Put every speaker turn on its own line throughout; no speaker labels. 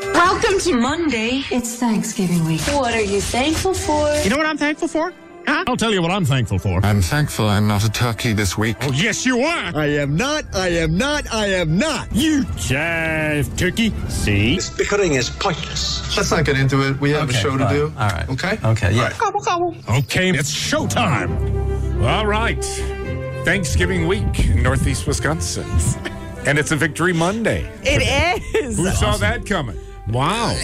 It's Monday.
It's Thanksgiving week.
What are you thankful for?
You know what I'm thankful for? Huh? I'll tell you what I'm thankful for.
I'm thankful I'm not a turkey this week.
Oh, yes, you are.
I am not, I am not, I am not.
You
Uh,
jive turkey. See?
This bickering is pointless.
Let's not get into it. We have
Okay,
a show
fine.
to do.
All right.
Okay?
Okay, yeah.
Okay, it's showtime.
All right. Thanksgiving week in Northeast Wisconsin. And it's a victory Monday.
It is.
Who saw that coming?
Wow.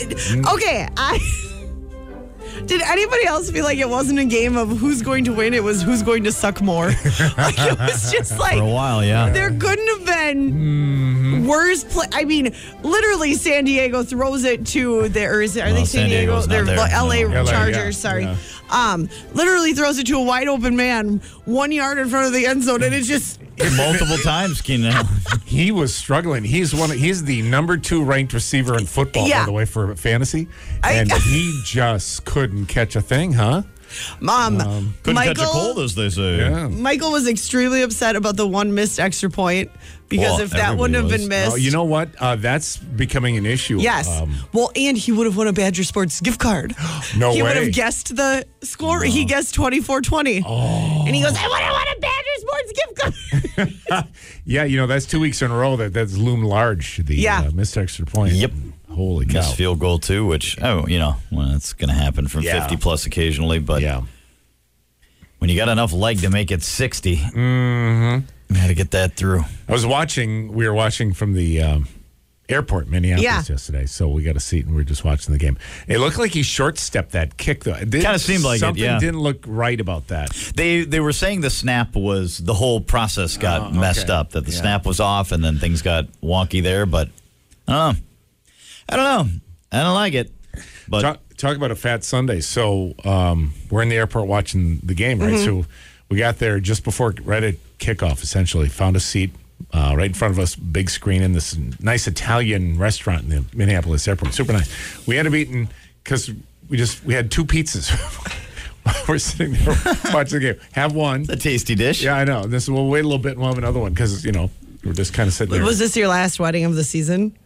Okay, I did anybody else feel like it wasn't a game of who's going to win? It was who's going to suck more. like it was just like
For a while, yeah. Mm-hmm.
there couldn't have been worse. Play- I mean, literally, San Diego throws it to the or is it, are
Well,
they
San
San Diego?
Diego's not
They're
there.
the L.A.
No.
LA,
Chargers.
yeah,
sorry,
yeah.
um, literally throws it to a wide open man, one yard in front of the end zone, and it just
Multiple times, Keenan.
He was struggling. He's one. He's the number two ranked receiver in football,
Yeah.
by the way, for fantasy.
I-
And he just couldn't catch a thing, huh?
mom.
Um, Couldn't
um, Michael,
catch a cold, as they say.
Yeah.
Michael was extremely upset about the one missed extra point because
Well,
if that wouldn't have
everybody
been
was.
missed,
Oh, you know what? Uh, that's becoming an issue. Um,
Yes. well, and he would have won a Badger Sports gift card.
No
he would
way.
have guessed the score. He guessed 24-20.
Oh.
And he goes, I would have won a Badger Sports gift card.
Yeah, you know that's two weeks in a row that that's loomed large. The
Yeah.
uh, missed extra point.
Yep.
Holy cow.
Missed field goal, too, which, oh, you know, well, it's going to happen from
Yeah.
50 plus occasionally, but
Yeah.
when you got enough leg to make it 60, mm-hmm. you got to get that through.
I was watching. We were watching from the um, airport, in Minneapolis,
Yeah.
yesterday. So we got a seat and we were just watching the game. It looked like he short stepped that kick, though. It did-
Kinda seemed like it,
something
yeah.
didn't look right about that.
They they were saying the snap was the whole process got messed up that the
Oh, Yeah.
snap was off and then things got wonky there, but I don't know. I don't know. I don't like it. But
Talk, talk about a fat Sunday. So um, we're in the airport watching the game, right?
Mm-hmm.
So we got there just before right at kickoff. Essentially, found a seat uh, right in front of us, big screen in this nice Italian restaurant in the Minneapolis airport. Super nice. We had to eaten because we just we had two pizzas. we're sitting there watching the game. Have one.
a tasty dish.
Yeah, I know. This we'll wait a little bit and we'll have another one because you know we're just kind of sitting there.
was this your last wedding of the season?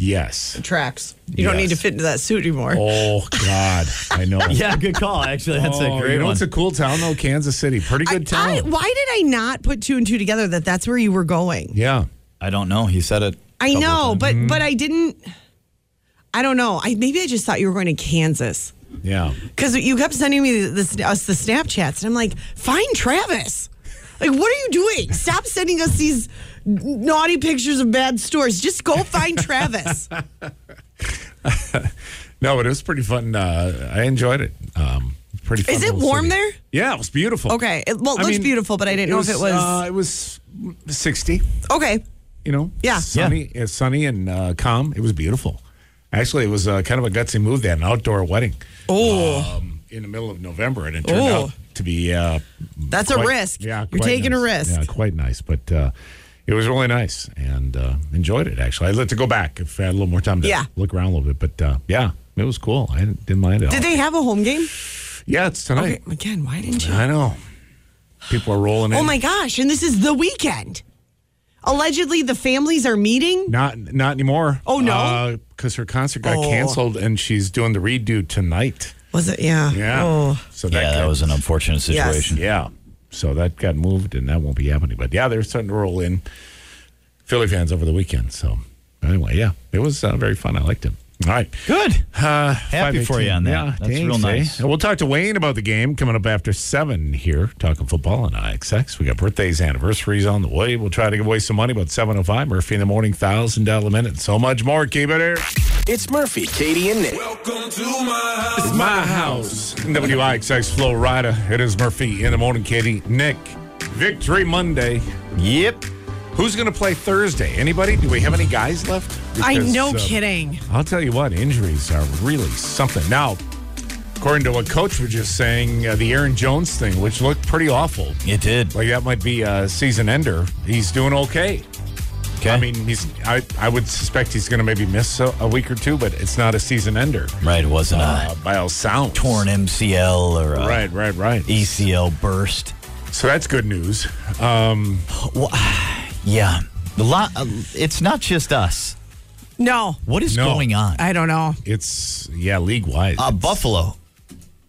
yes.
Tracks. You don't
Yes.
need to fit into that suit anymore.
Oh God, I know.
Yeah, good call. Actually, that's
Oh,
a great
you know,
one.
it's a cool town though, Kansas City. Pretty
I-
good town.
I- why did I not put two and two together that that's where you were going?
yeah.
I don't know. He said it. a
I
couple
know,
times.
but
Mm-hmm.
but I didn't. I don't know. I maybe I just thought you were going to Kansas
Yeah.
because you kept sending me this, us the Snapchats, and I'm like, find Travis. Like, what are you doing? Stop sending us these naughty pictures of bad stores. Just go find Travis.
No, but it was pretty fun. Uh, I enjoyed it. Um, pretty. Fun
Is it
little
warm
city.
there?
Yeah, it was beautiful.
Okay. It- well, it looks beautiful, but I didn't know if it was-
Uh, it was sixty.
Okay.
You know.
Yeah.
Sunny, uh, sunny and uh, calm. It was beautiful. Actually, it was uh, kind of a gutsy move. That an outdoor wedding
Oh,
um, in the middle of November, and it turned
Ooh.
out to be uh,
that's a
quite-
risk.
Yeah,
You're
quite
taking
nice.
a risk.
Yeah, quite nice. But uh, it was really nice and uh, enjoyed it. Actually, I'd like to go back if I had a little more time to
Yeah.
look around a little bit. But uh, yeah, it was cool. I didn't, didn't mind it.
Did they have a home game?
Yeah, it's
Okay.
tonight.
Again, why didn't you?
I know. People are rolling in.
Oh my gosh! And this is the weekend. Allegedly, the families are meeting.
Not not anymore.
Oh, no?
Because her concert got
Oh.
canceled and she's doing the redo tonight.
Was it? Yeah.
Yeah.
Oh.
So that
yeah, that
got-
was an unfortunate situation.
Yeah. So that got moved and that won't be happening. But yeah, they're starting to roll in Philly fans over the weekend. So anyway, yeah, it was uh, very fun. I liked it. All right.
Good.
Uh,
Happy for you on that.
Yeah,
That's
thanks,
real
eh?
nice.
And we'll talk to Wayne about the game coming up after seven here, talking football on IXX. We got birthdays, anniversaries on the way. We'll try to give away some money about seven oh five. Murphy in the morning, thousand dollar minute, and so much more. Keep it here.
It's Murphy, Katie, and Nick.
Welcome to my house.
It's my house. WIXX Flow Rider. It is Murphy in the morning, Katie. Nick. Victory Monday.
Yep.
Who's going to play Thursday? Anybody? Do we have any guys left?
I
Because,
no
uh,
kidding.
I'll tell you what, injuries are really something. Now, according to what Coach was just saying, uh, the Aaron Jones thing, which looked pretty awful,
It did.
like that might be a season ender. He's doing okay.
Okay.
I mean, he's. I, I would suspect he's going to maybe miss a, a week or two, but it's not a season ender
right. It wasn't
uh,
a
by all sounds.
torn MCL or a
Right, right, right.
ACL burst.
So that's good news. Uh,
Well, yeah. The lot, uh, it's not just us
No,
What is
No.
going on?
I don't know.
It's yeah, league wide.
Uh, Buffalo.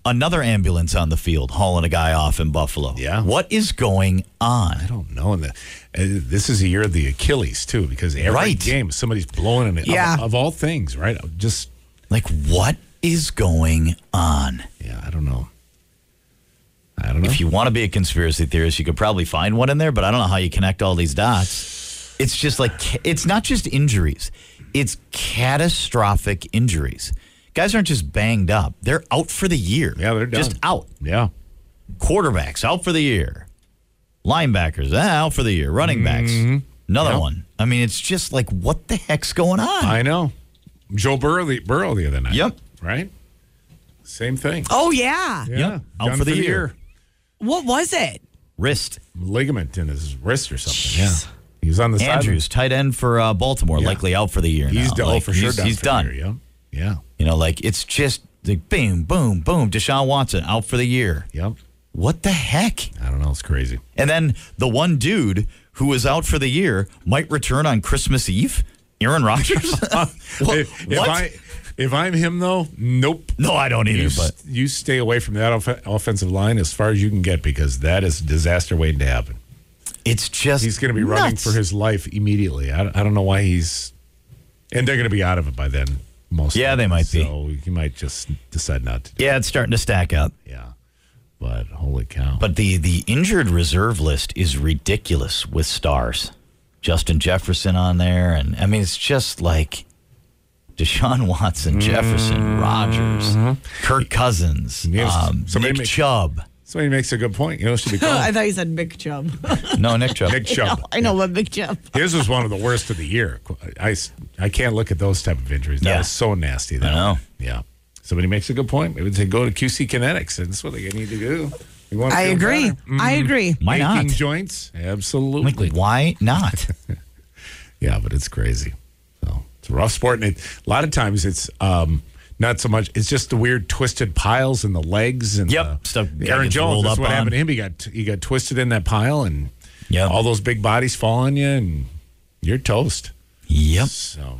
Another ambulance on the field hauling a guy off in Buffalo.
Yeah.
What is going on?
I don't know. And the, uh, this is the year of the Achilles too, because every
Right.
game somebody's blowing in it. Of-
Yeah.
Of, all things, right? Just
Like, what is going on?
yeah, I don't know. I don't know.
If you want to be a conspiracy theorist, you could probably find one in there, but I don't know how you connect all these dots. It's just like, ca- it's not just injuries, it's catastrophic injuries. Guys aren't just banged up, they're out for the year.
yeah, they're done.
Just out.
Yeah.
Quarterbacks out for the year. Linebackers eh, out for the year. Running backs.
Mm-hmm.
Another
Yeah.
one. I mean, it's just like, what the heck's going on?
I know. Joe Burrow the, Burrow the other night.
Yep.
Right? Same thing.
Oh yeah.
Yep. Out
Done
for the year.
What was it?
Wrist.
Ligament in his wrist or something. Yeah. He was on the
Andrews, tight end for uh, Baltimore,
Yeah.
likely out for the year.
side. He's
now.
done. oh,
Like,
for sure
He's,
done.
he's
for the
done.
year, Yeah.
You know, like it's just like boom, boom, boom. Deshaun Watson out for the year.
Yeah. Yep.
What the heck?
I don't know. It's crazy.
And then the one dude who was out for the year might return on Christmas Eve. Aaron Rodgers. What-
if, if
what?
I if I'm him though, nope.
no, I don't
You,
either.
s-
But
you stay away from that off- offensive line as far as you can get because that is disaster waiting to happen.
it's just
He's going to be running
nuts.
for his life immediately. I, don't- I don't know why he's, and they're going to be out of it by then. Most
Yeah,
of
they
them.
might be.
So he might just decide not to. do
Yeah, it's starting to stack up.
it. Yeah, but holy cow!
But the the injured reserve list is ridiculous with stars. Justin Jefferson on there, and I mean it's just like Deshaun Watson, Jefferson, Rogers, Kirk Cousins,
Mm-hmm. Yes,
um,
somebody
Nick
make-
Chubb.
somebody makes a good point. You know, what should be
I
called
thought you said Mick Chubb.
No, Nick Chubb.
Nick Chubb.
I know what Mick Chubb.
His was one of the worst of the year. I, s- I can't look at those type of injuries. That
Yeah.
was so nasty. That
I know.
one. Yeah. Somebody makes a good point. Maybe they go to QC Kinetics. That's what they need to do. You want to
I
feel
agree.
better. Mm-hmm.
I agree.
Why
Aching
not?
joints?
Like,
Absolutely.
why not?
Yeah, but it's crazy. So it's a rough sport, and it, a lot of times it's um, not so much. It's just the weird twisted piles in the legs and
Yep,
the-
stuff guy
Aaron
gets
Jones.
rolled
That's
up
what
on.
happened to him. He got he got twisted in that pile, and
Yep.
all those big bodies fall on you, and you're toast.
yep.
So,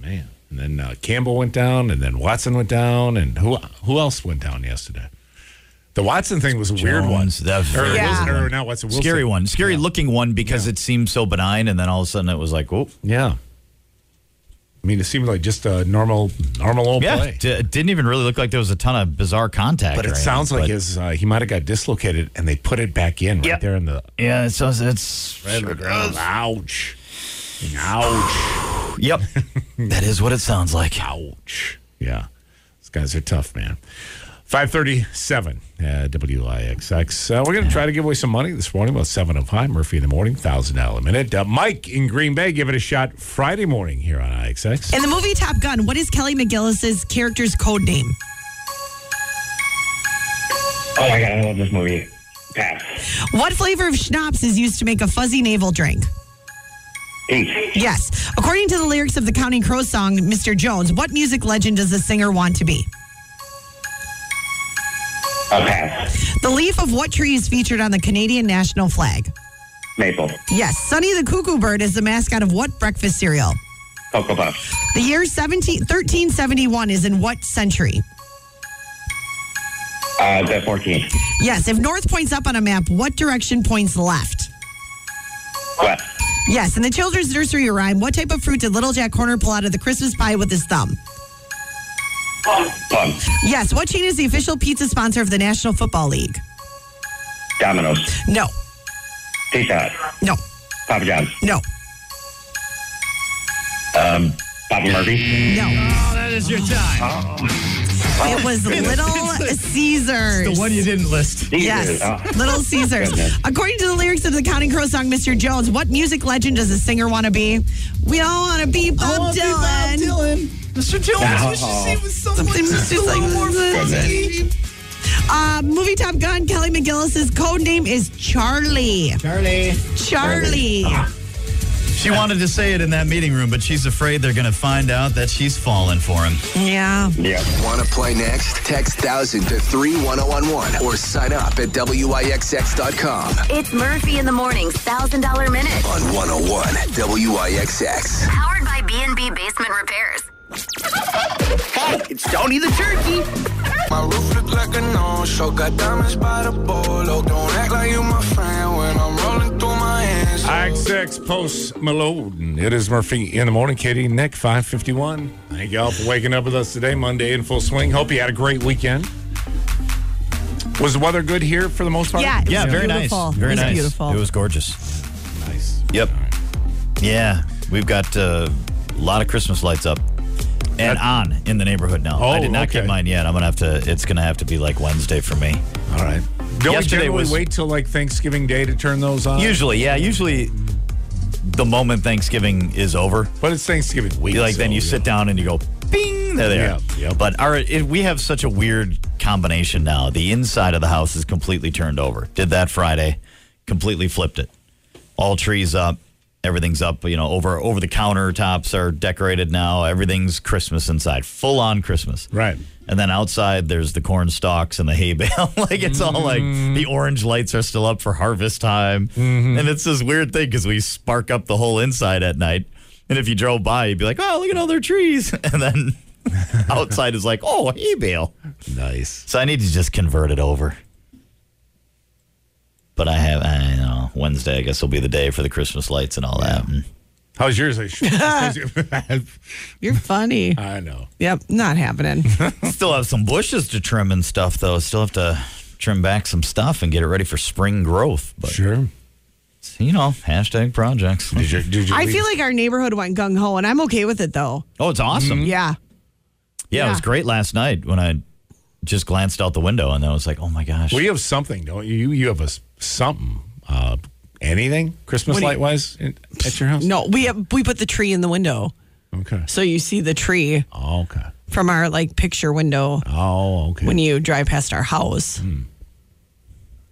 man. And then uh, Campbell went down, and then Watson went down, and who who else went down yesterday? The Watson thing was a weird one.
Jones, that
Or,
very
Wilson-
weird
or not Watson. Wilson.
Scary one. Scary looking one because it seemed so benign, and then all of a sudden it was like, oh,
Yeah. I mean, it seemed like just a normal, normal old
yeah.
play.
D- it didn't even really look like there was a ton of bizarre contact.
But
or
it
anything,
sounds like
but-
his uh, he might have got dislocated, and they put it back in right
Yep.
there in the.
Yeah, so it's, it's
Ouch! Ouch!
Yep. that is what it sounds like.
Ouch! Yeah, these guys are tough, man. Five thirty-seven uh, WIXX. Uh, we're gonna try to give away some money this morning about seven of high Murphy in the morning, thousand dollar a minute. Uh, Mike in Green Bay, give it a shot Friday morning here on IXX.
In the movie Top Gun, what is Kelly McGillis's character's code name?
Oh my god, I love this movie. Pass.
What flavor of schnapps is used to make a fuzzy navel drink?
Pink.
Yes. According to the lyrics of the Counting Crows song, Mr. Jones, what music legend does the singer want to be?
Oh, pass.
The leaf of what tree is featured on the Canadian national flag?
Maple.
Yes. Sonny the Cuckoo Bird is the mascot of what breakfast cereal?
Cocoa Puffs.
The year 17, 1371 is in what century?
Uh, the 14th.
Yes. If north points up on a map, what direction points left?
West.
Yes. In the children's nursery rhyme, what type of fruit did Little Jack Horner pull out of the Christmas pie with his thumb?
Plum.
Yes. What chain is the official pizza sponsor of the National Football League?
Domino's.
No.
Pizza Hut.
No.
Papa John's.
No.
Papa Murphy.
No.
Oh, That is your time.
It was Little Caesars.
you didn't list.
Yes,
Oh,
Little Caesars.
Goodness.
According to the lyrics of the Counting Crows song, Mr. Jones, what music legend does the singer want to be? We all want to be Bob Dylan.
Mr. Jones,
Oh. wishes he
was
Something just like
fuzzy.
Uh, movie Top Gun, Kelly McGillis's code name is Charlie.
Charlie.
Charlie.
She wanted to say it in that meeting room, but she's afraid they're going to find out that she's fallen for him.
Yeah.
yeah.
Want to play next? Text 1000 to 31011 or sign up at WIXX.com
It's
oh
Murphy in the Morning's $1,000 Minute.
on 101 WIXX.
Powered by B
B&B Basement Repairs.
Hey, it's Tony the Turkey. My roof look like a no-show. Got diamonds by the bolo. Don't act like you my friend when I'm rolling through my hands.
XX Post Malone. It is Murphy in the morning. Katie, Nick, 551. Thank y'all for waking up with us today, Monday in full swing. Hope you had a great weekend. Was the weather good here for the most part?
Yeah, it
yeah,
was
very
beautiful.
nice. Very
It was
nice.
beautiful.
It was gorgeous. Nice. Yep. Yeah, we've got uh, a lot of Christmas lights up and on in the neighborhood now. I
Oh,
did not get
okay.
mine yet. I'm gonna have to. It's gonna have to be like Wednesday for me.
All right. Don't
Yesterday
we generally
was-
wait till like Thanksgiving Day to turn those on?
Usually, yeah, usually the moment Thanksgiving is over.
But it's Thanksgiving week.
Like then
so,
you
yeah.
sit down and you go, bing, they're there.
Yeah, yeah.
But our it, we have such a weird combination now. The inside of the house is completely turned over. Did that Friday, completely flipped it. All trees up, everything's up. You know, over over the countertops are decorated now. Everything's Christmas inside, full on Christmas.
Right.
And then outside, there's the corn stalks and the hay bale. like it's all like the orange lights are still up for harvest time. And it's this weird thing because we spark up the whole inside at night. And if you drove by, you'd be like, oh, look at all their trees. And then outside is like, oh, hay bale.
Nice.
So I need to just convert it over. But I have, I don't know, Wednesday, I guess, will be the day for the Christmas lights and all that. And
How's yours?
You're funny.
I know.
Yep, not happening.
Mm. Still have some bushes to trim and stuff, though. Still have to trim back some stuff and get it ready for spring growth. But
sure,
you know, hashtag projects.
Did you? Did
I feel like our neighborhood went gung ho, and I'm okay with it though.
Oh, it's awesome. Yeah.
Yeah.
it was
Mm, Yeah.
great last night when I just glanced out the window and then I was like, oh my gosh.
Well, you have something, don't you? You, you have a s- something, uh, anything Christmas
What do you-
light wise at your house?
No, we have, we put the tree in the window,
Okay.
so you see the tree
Oh, okay.
from our like picture window
Oh, okay.
when you drive past our house.
Hmm.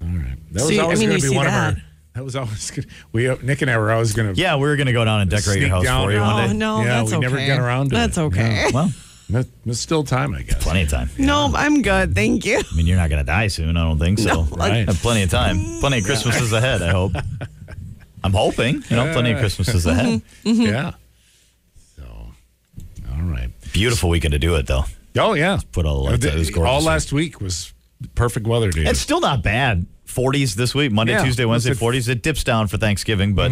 that
so
was
you- I
always
mean,
going to
you
be
see
one of
that.
our. That was always good. We uh, Nick and I were always going to.
yeah, we were going to go down and decorate your
Sneak
house
down.
for you
Oh
one day.
no,
yeah,
that's
we
okay.
never got around to
that's
it.
okay.
Well,
That- There's still time, I guess.
plenty of time.
No, I'm good. Thank you.
I mean, you're not going to die soon. I don't think so.
Right. Mm,
Have plenty of time. Plenty of Christmases ahead, I hope. I'm hoping. You know, plenty of Christmases ahead.
Mm-hmm.
Yeah. So, all right.
Beautiful weekend to do it, though.
Oh yeah.
put all the lights out. It was gorgeous.
All last week was perfect weather, dude.
It's still not bad. 40s this week, Monday,
Yeah.
Tuesday, Wednesday,
It's a- Mm-hmm.
40s. It dips down for Thanksgiving, but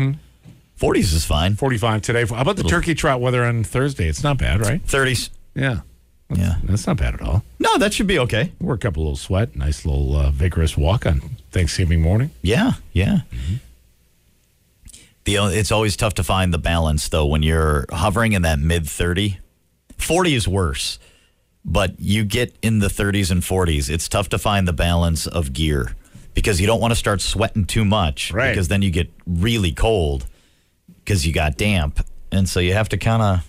40s is fine.
45 today. How about the turkey trot weather on Thursday? It's not bad, right?
30s.
Yeah.
Yeah.
That's not bad at all.
No, that should be okay.
Work up a little sweat. Nice little uh, vigorous walk on Thanksgiving morning.
Yeah, yeah. The only it's always tough to find the balance though when you're hovering in that mid 30. 40 is worse. But you get in the 30s and 40s, it's tough to find the balance of gear because you don't want to start sweating too much
Right.
because then you get really cold because you got damp. And so you have to kind of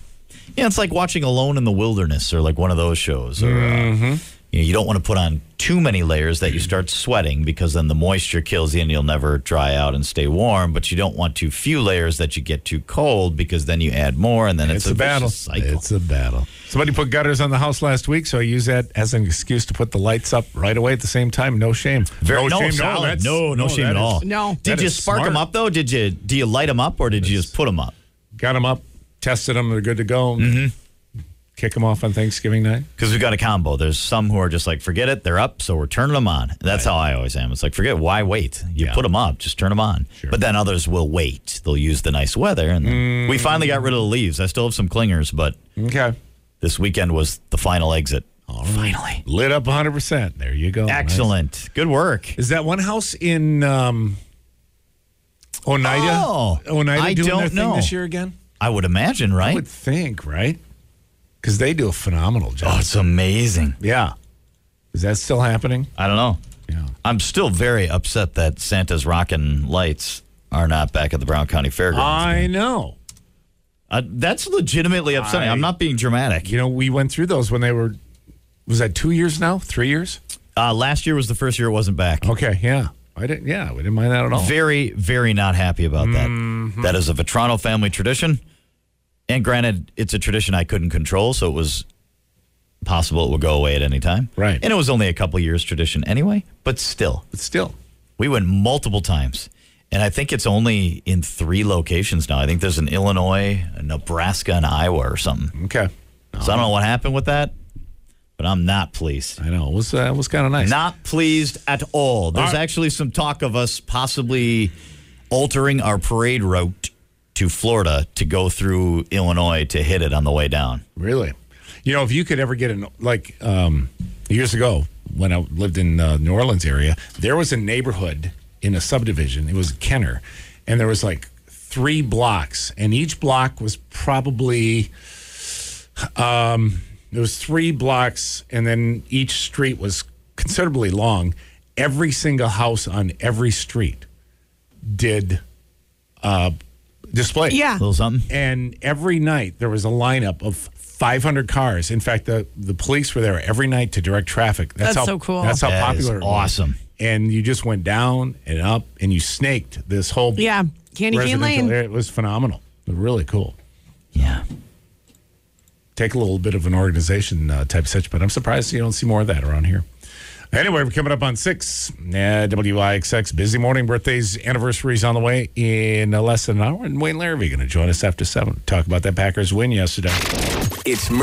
yeah, it's like watching Alone in the Wilderness or like one of those shows or uh,
Mm-hmm.
you, know, you don't want to put on too many layers that you start sweating because then the moisture kills you and you'll never dry out and stay warm. But you don't want too few layers that you get too cold because then you add more and then it's,
It's, a battle.
vicious Cycle.
It's a battle. Somebody put gutters on the house last week, so I use that as an excuse to put the lights up right away at the same time. No shame.
Very, no,
shame.
solid.
that's-
no, no, shame
that
at
is-
all.
No.
Did
that
you
is
spark them
smart.
up though? Did you do you light them up or did you just put them up?
Got them up, tested them. They're good to go. Mm-hmm. Kick them off on Thanksgiving night.
Because we've got a combo. There's some who are just like, forget it, they're up, so we're turning them on. That's how I always am. It's like, forget, why wait? You put 'em put them up, just turn them on. But then others will wait. They'll use the nice weather. And then we finally got rid of the leaves. I still have some clingers, but
Okay.
this weekend was the final exit. Finally.
Lit up 100%. There you
Oh,
go. Nice.
Excellent. Good work.
Is that one house in um, Oneida?
Oh,
Oneida
I
doing
don't
their thing
know.
this year again?
I would imagine,
I
right?
would think, right? Because they do a phenomenal
oh,
job.
it's amazing.
yeah. Is that still happening?
I don't know.
Yeah.
I'm still very upset that Santa's Rockin' Lights are not back at the Brown County Fairgrounds.
I know.
Uh, that's legitimately upsetting.
I-
I'm not being dramatic.
You know, we went through those when they were, was that two years now? Three years?
Uh, last year was the first year it wasn't back.
Okay. Yeah. I didn't, yeah, we didn't mind that at all.
Very, very not happy about that.
Mm-hmm.
That is a Vetrano family tradition. And granted, it's a tradition I couldn't control, so it was possible it would go away at any time.
Right.
And it was only a couple years tradition anyway, but still,
but still,
we went multiple times. And I think it's only in three locations now. I think there's an Illinois, a Nebraska, and Iowa or something.
Okay.
So
Uh-huh.
I don't know what happened with that, but I'm not pleased.
I know. It was, uh, it was kind of nice.
Not pleased at all. There's
right.
actually some talk of us possibly altering our parade route to Florida to go through Illinois to hit it on the way down.
Really? You know, if you could ever get an like um, years ago when I lived in uh, New Orleans area, there was a neighborhood in a subdivision. It was Kenner, and there was like three blocks, and each block was probably um, there was three blocks, and then each street was considerably long. Every single house on every street did uh, display.
Yeah. Little something.
And every night there was a lineup of 500 cars. In fact, the, the police were there every night to direct traffic.
That's
how,
so cool.
That's how
That is
popular. it was.
awesome.
And you just went down and up, and you snaked this whole
Yeah. Candy cane
residential
lane.
area. It was phenomenal. It was really cool.
Yeah.
Take a little bit of an organization uh, type such, but I'm surprised you don't see more of that around here. Anyway, we're coming up on six. Yeah, WIXX, busy morning, birthdays, anniversaries on the way in uh, less than an hour. And Wayne Larrabee going to join us after seven. Talk about that Packers win yesterday.
It's Murphy.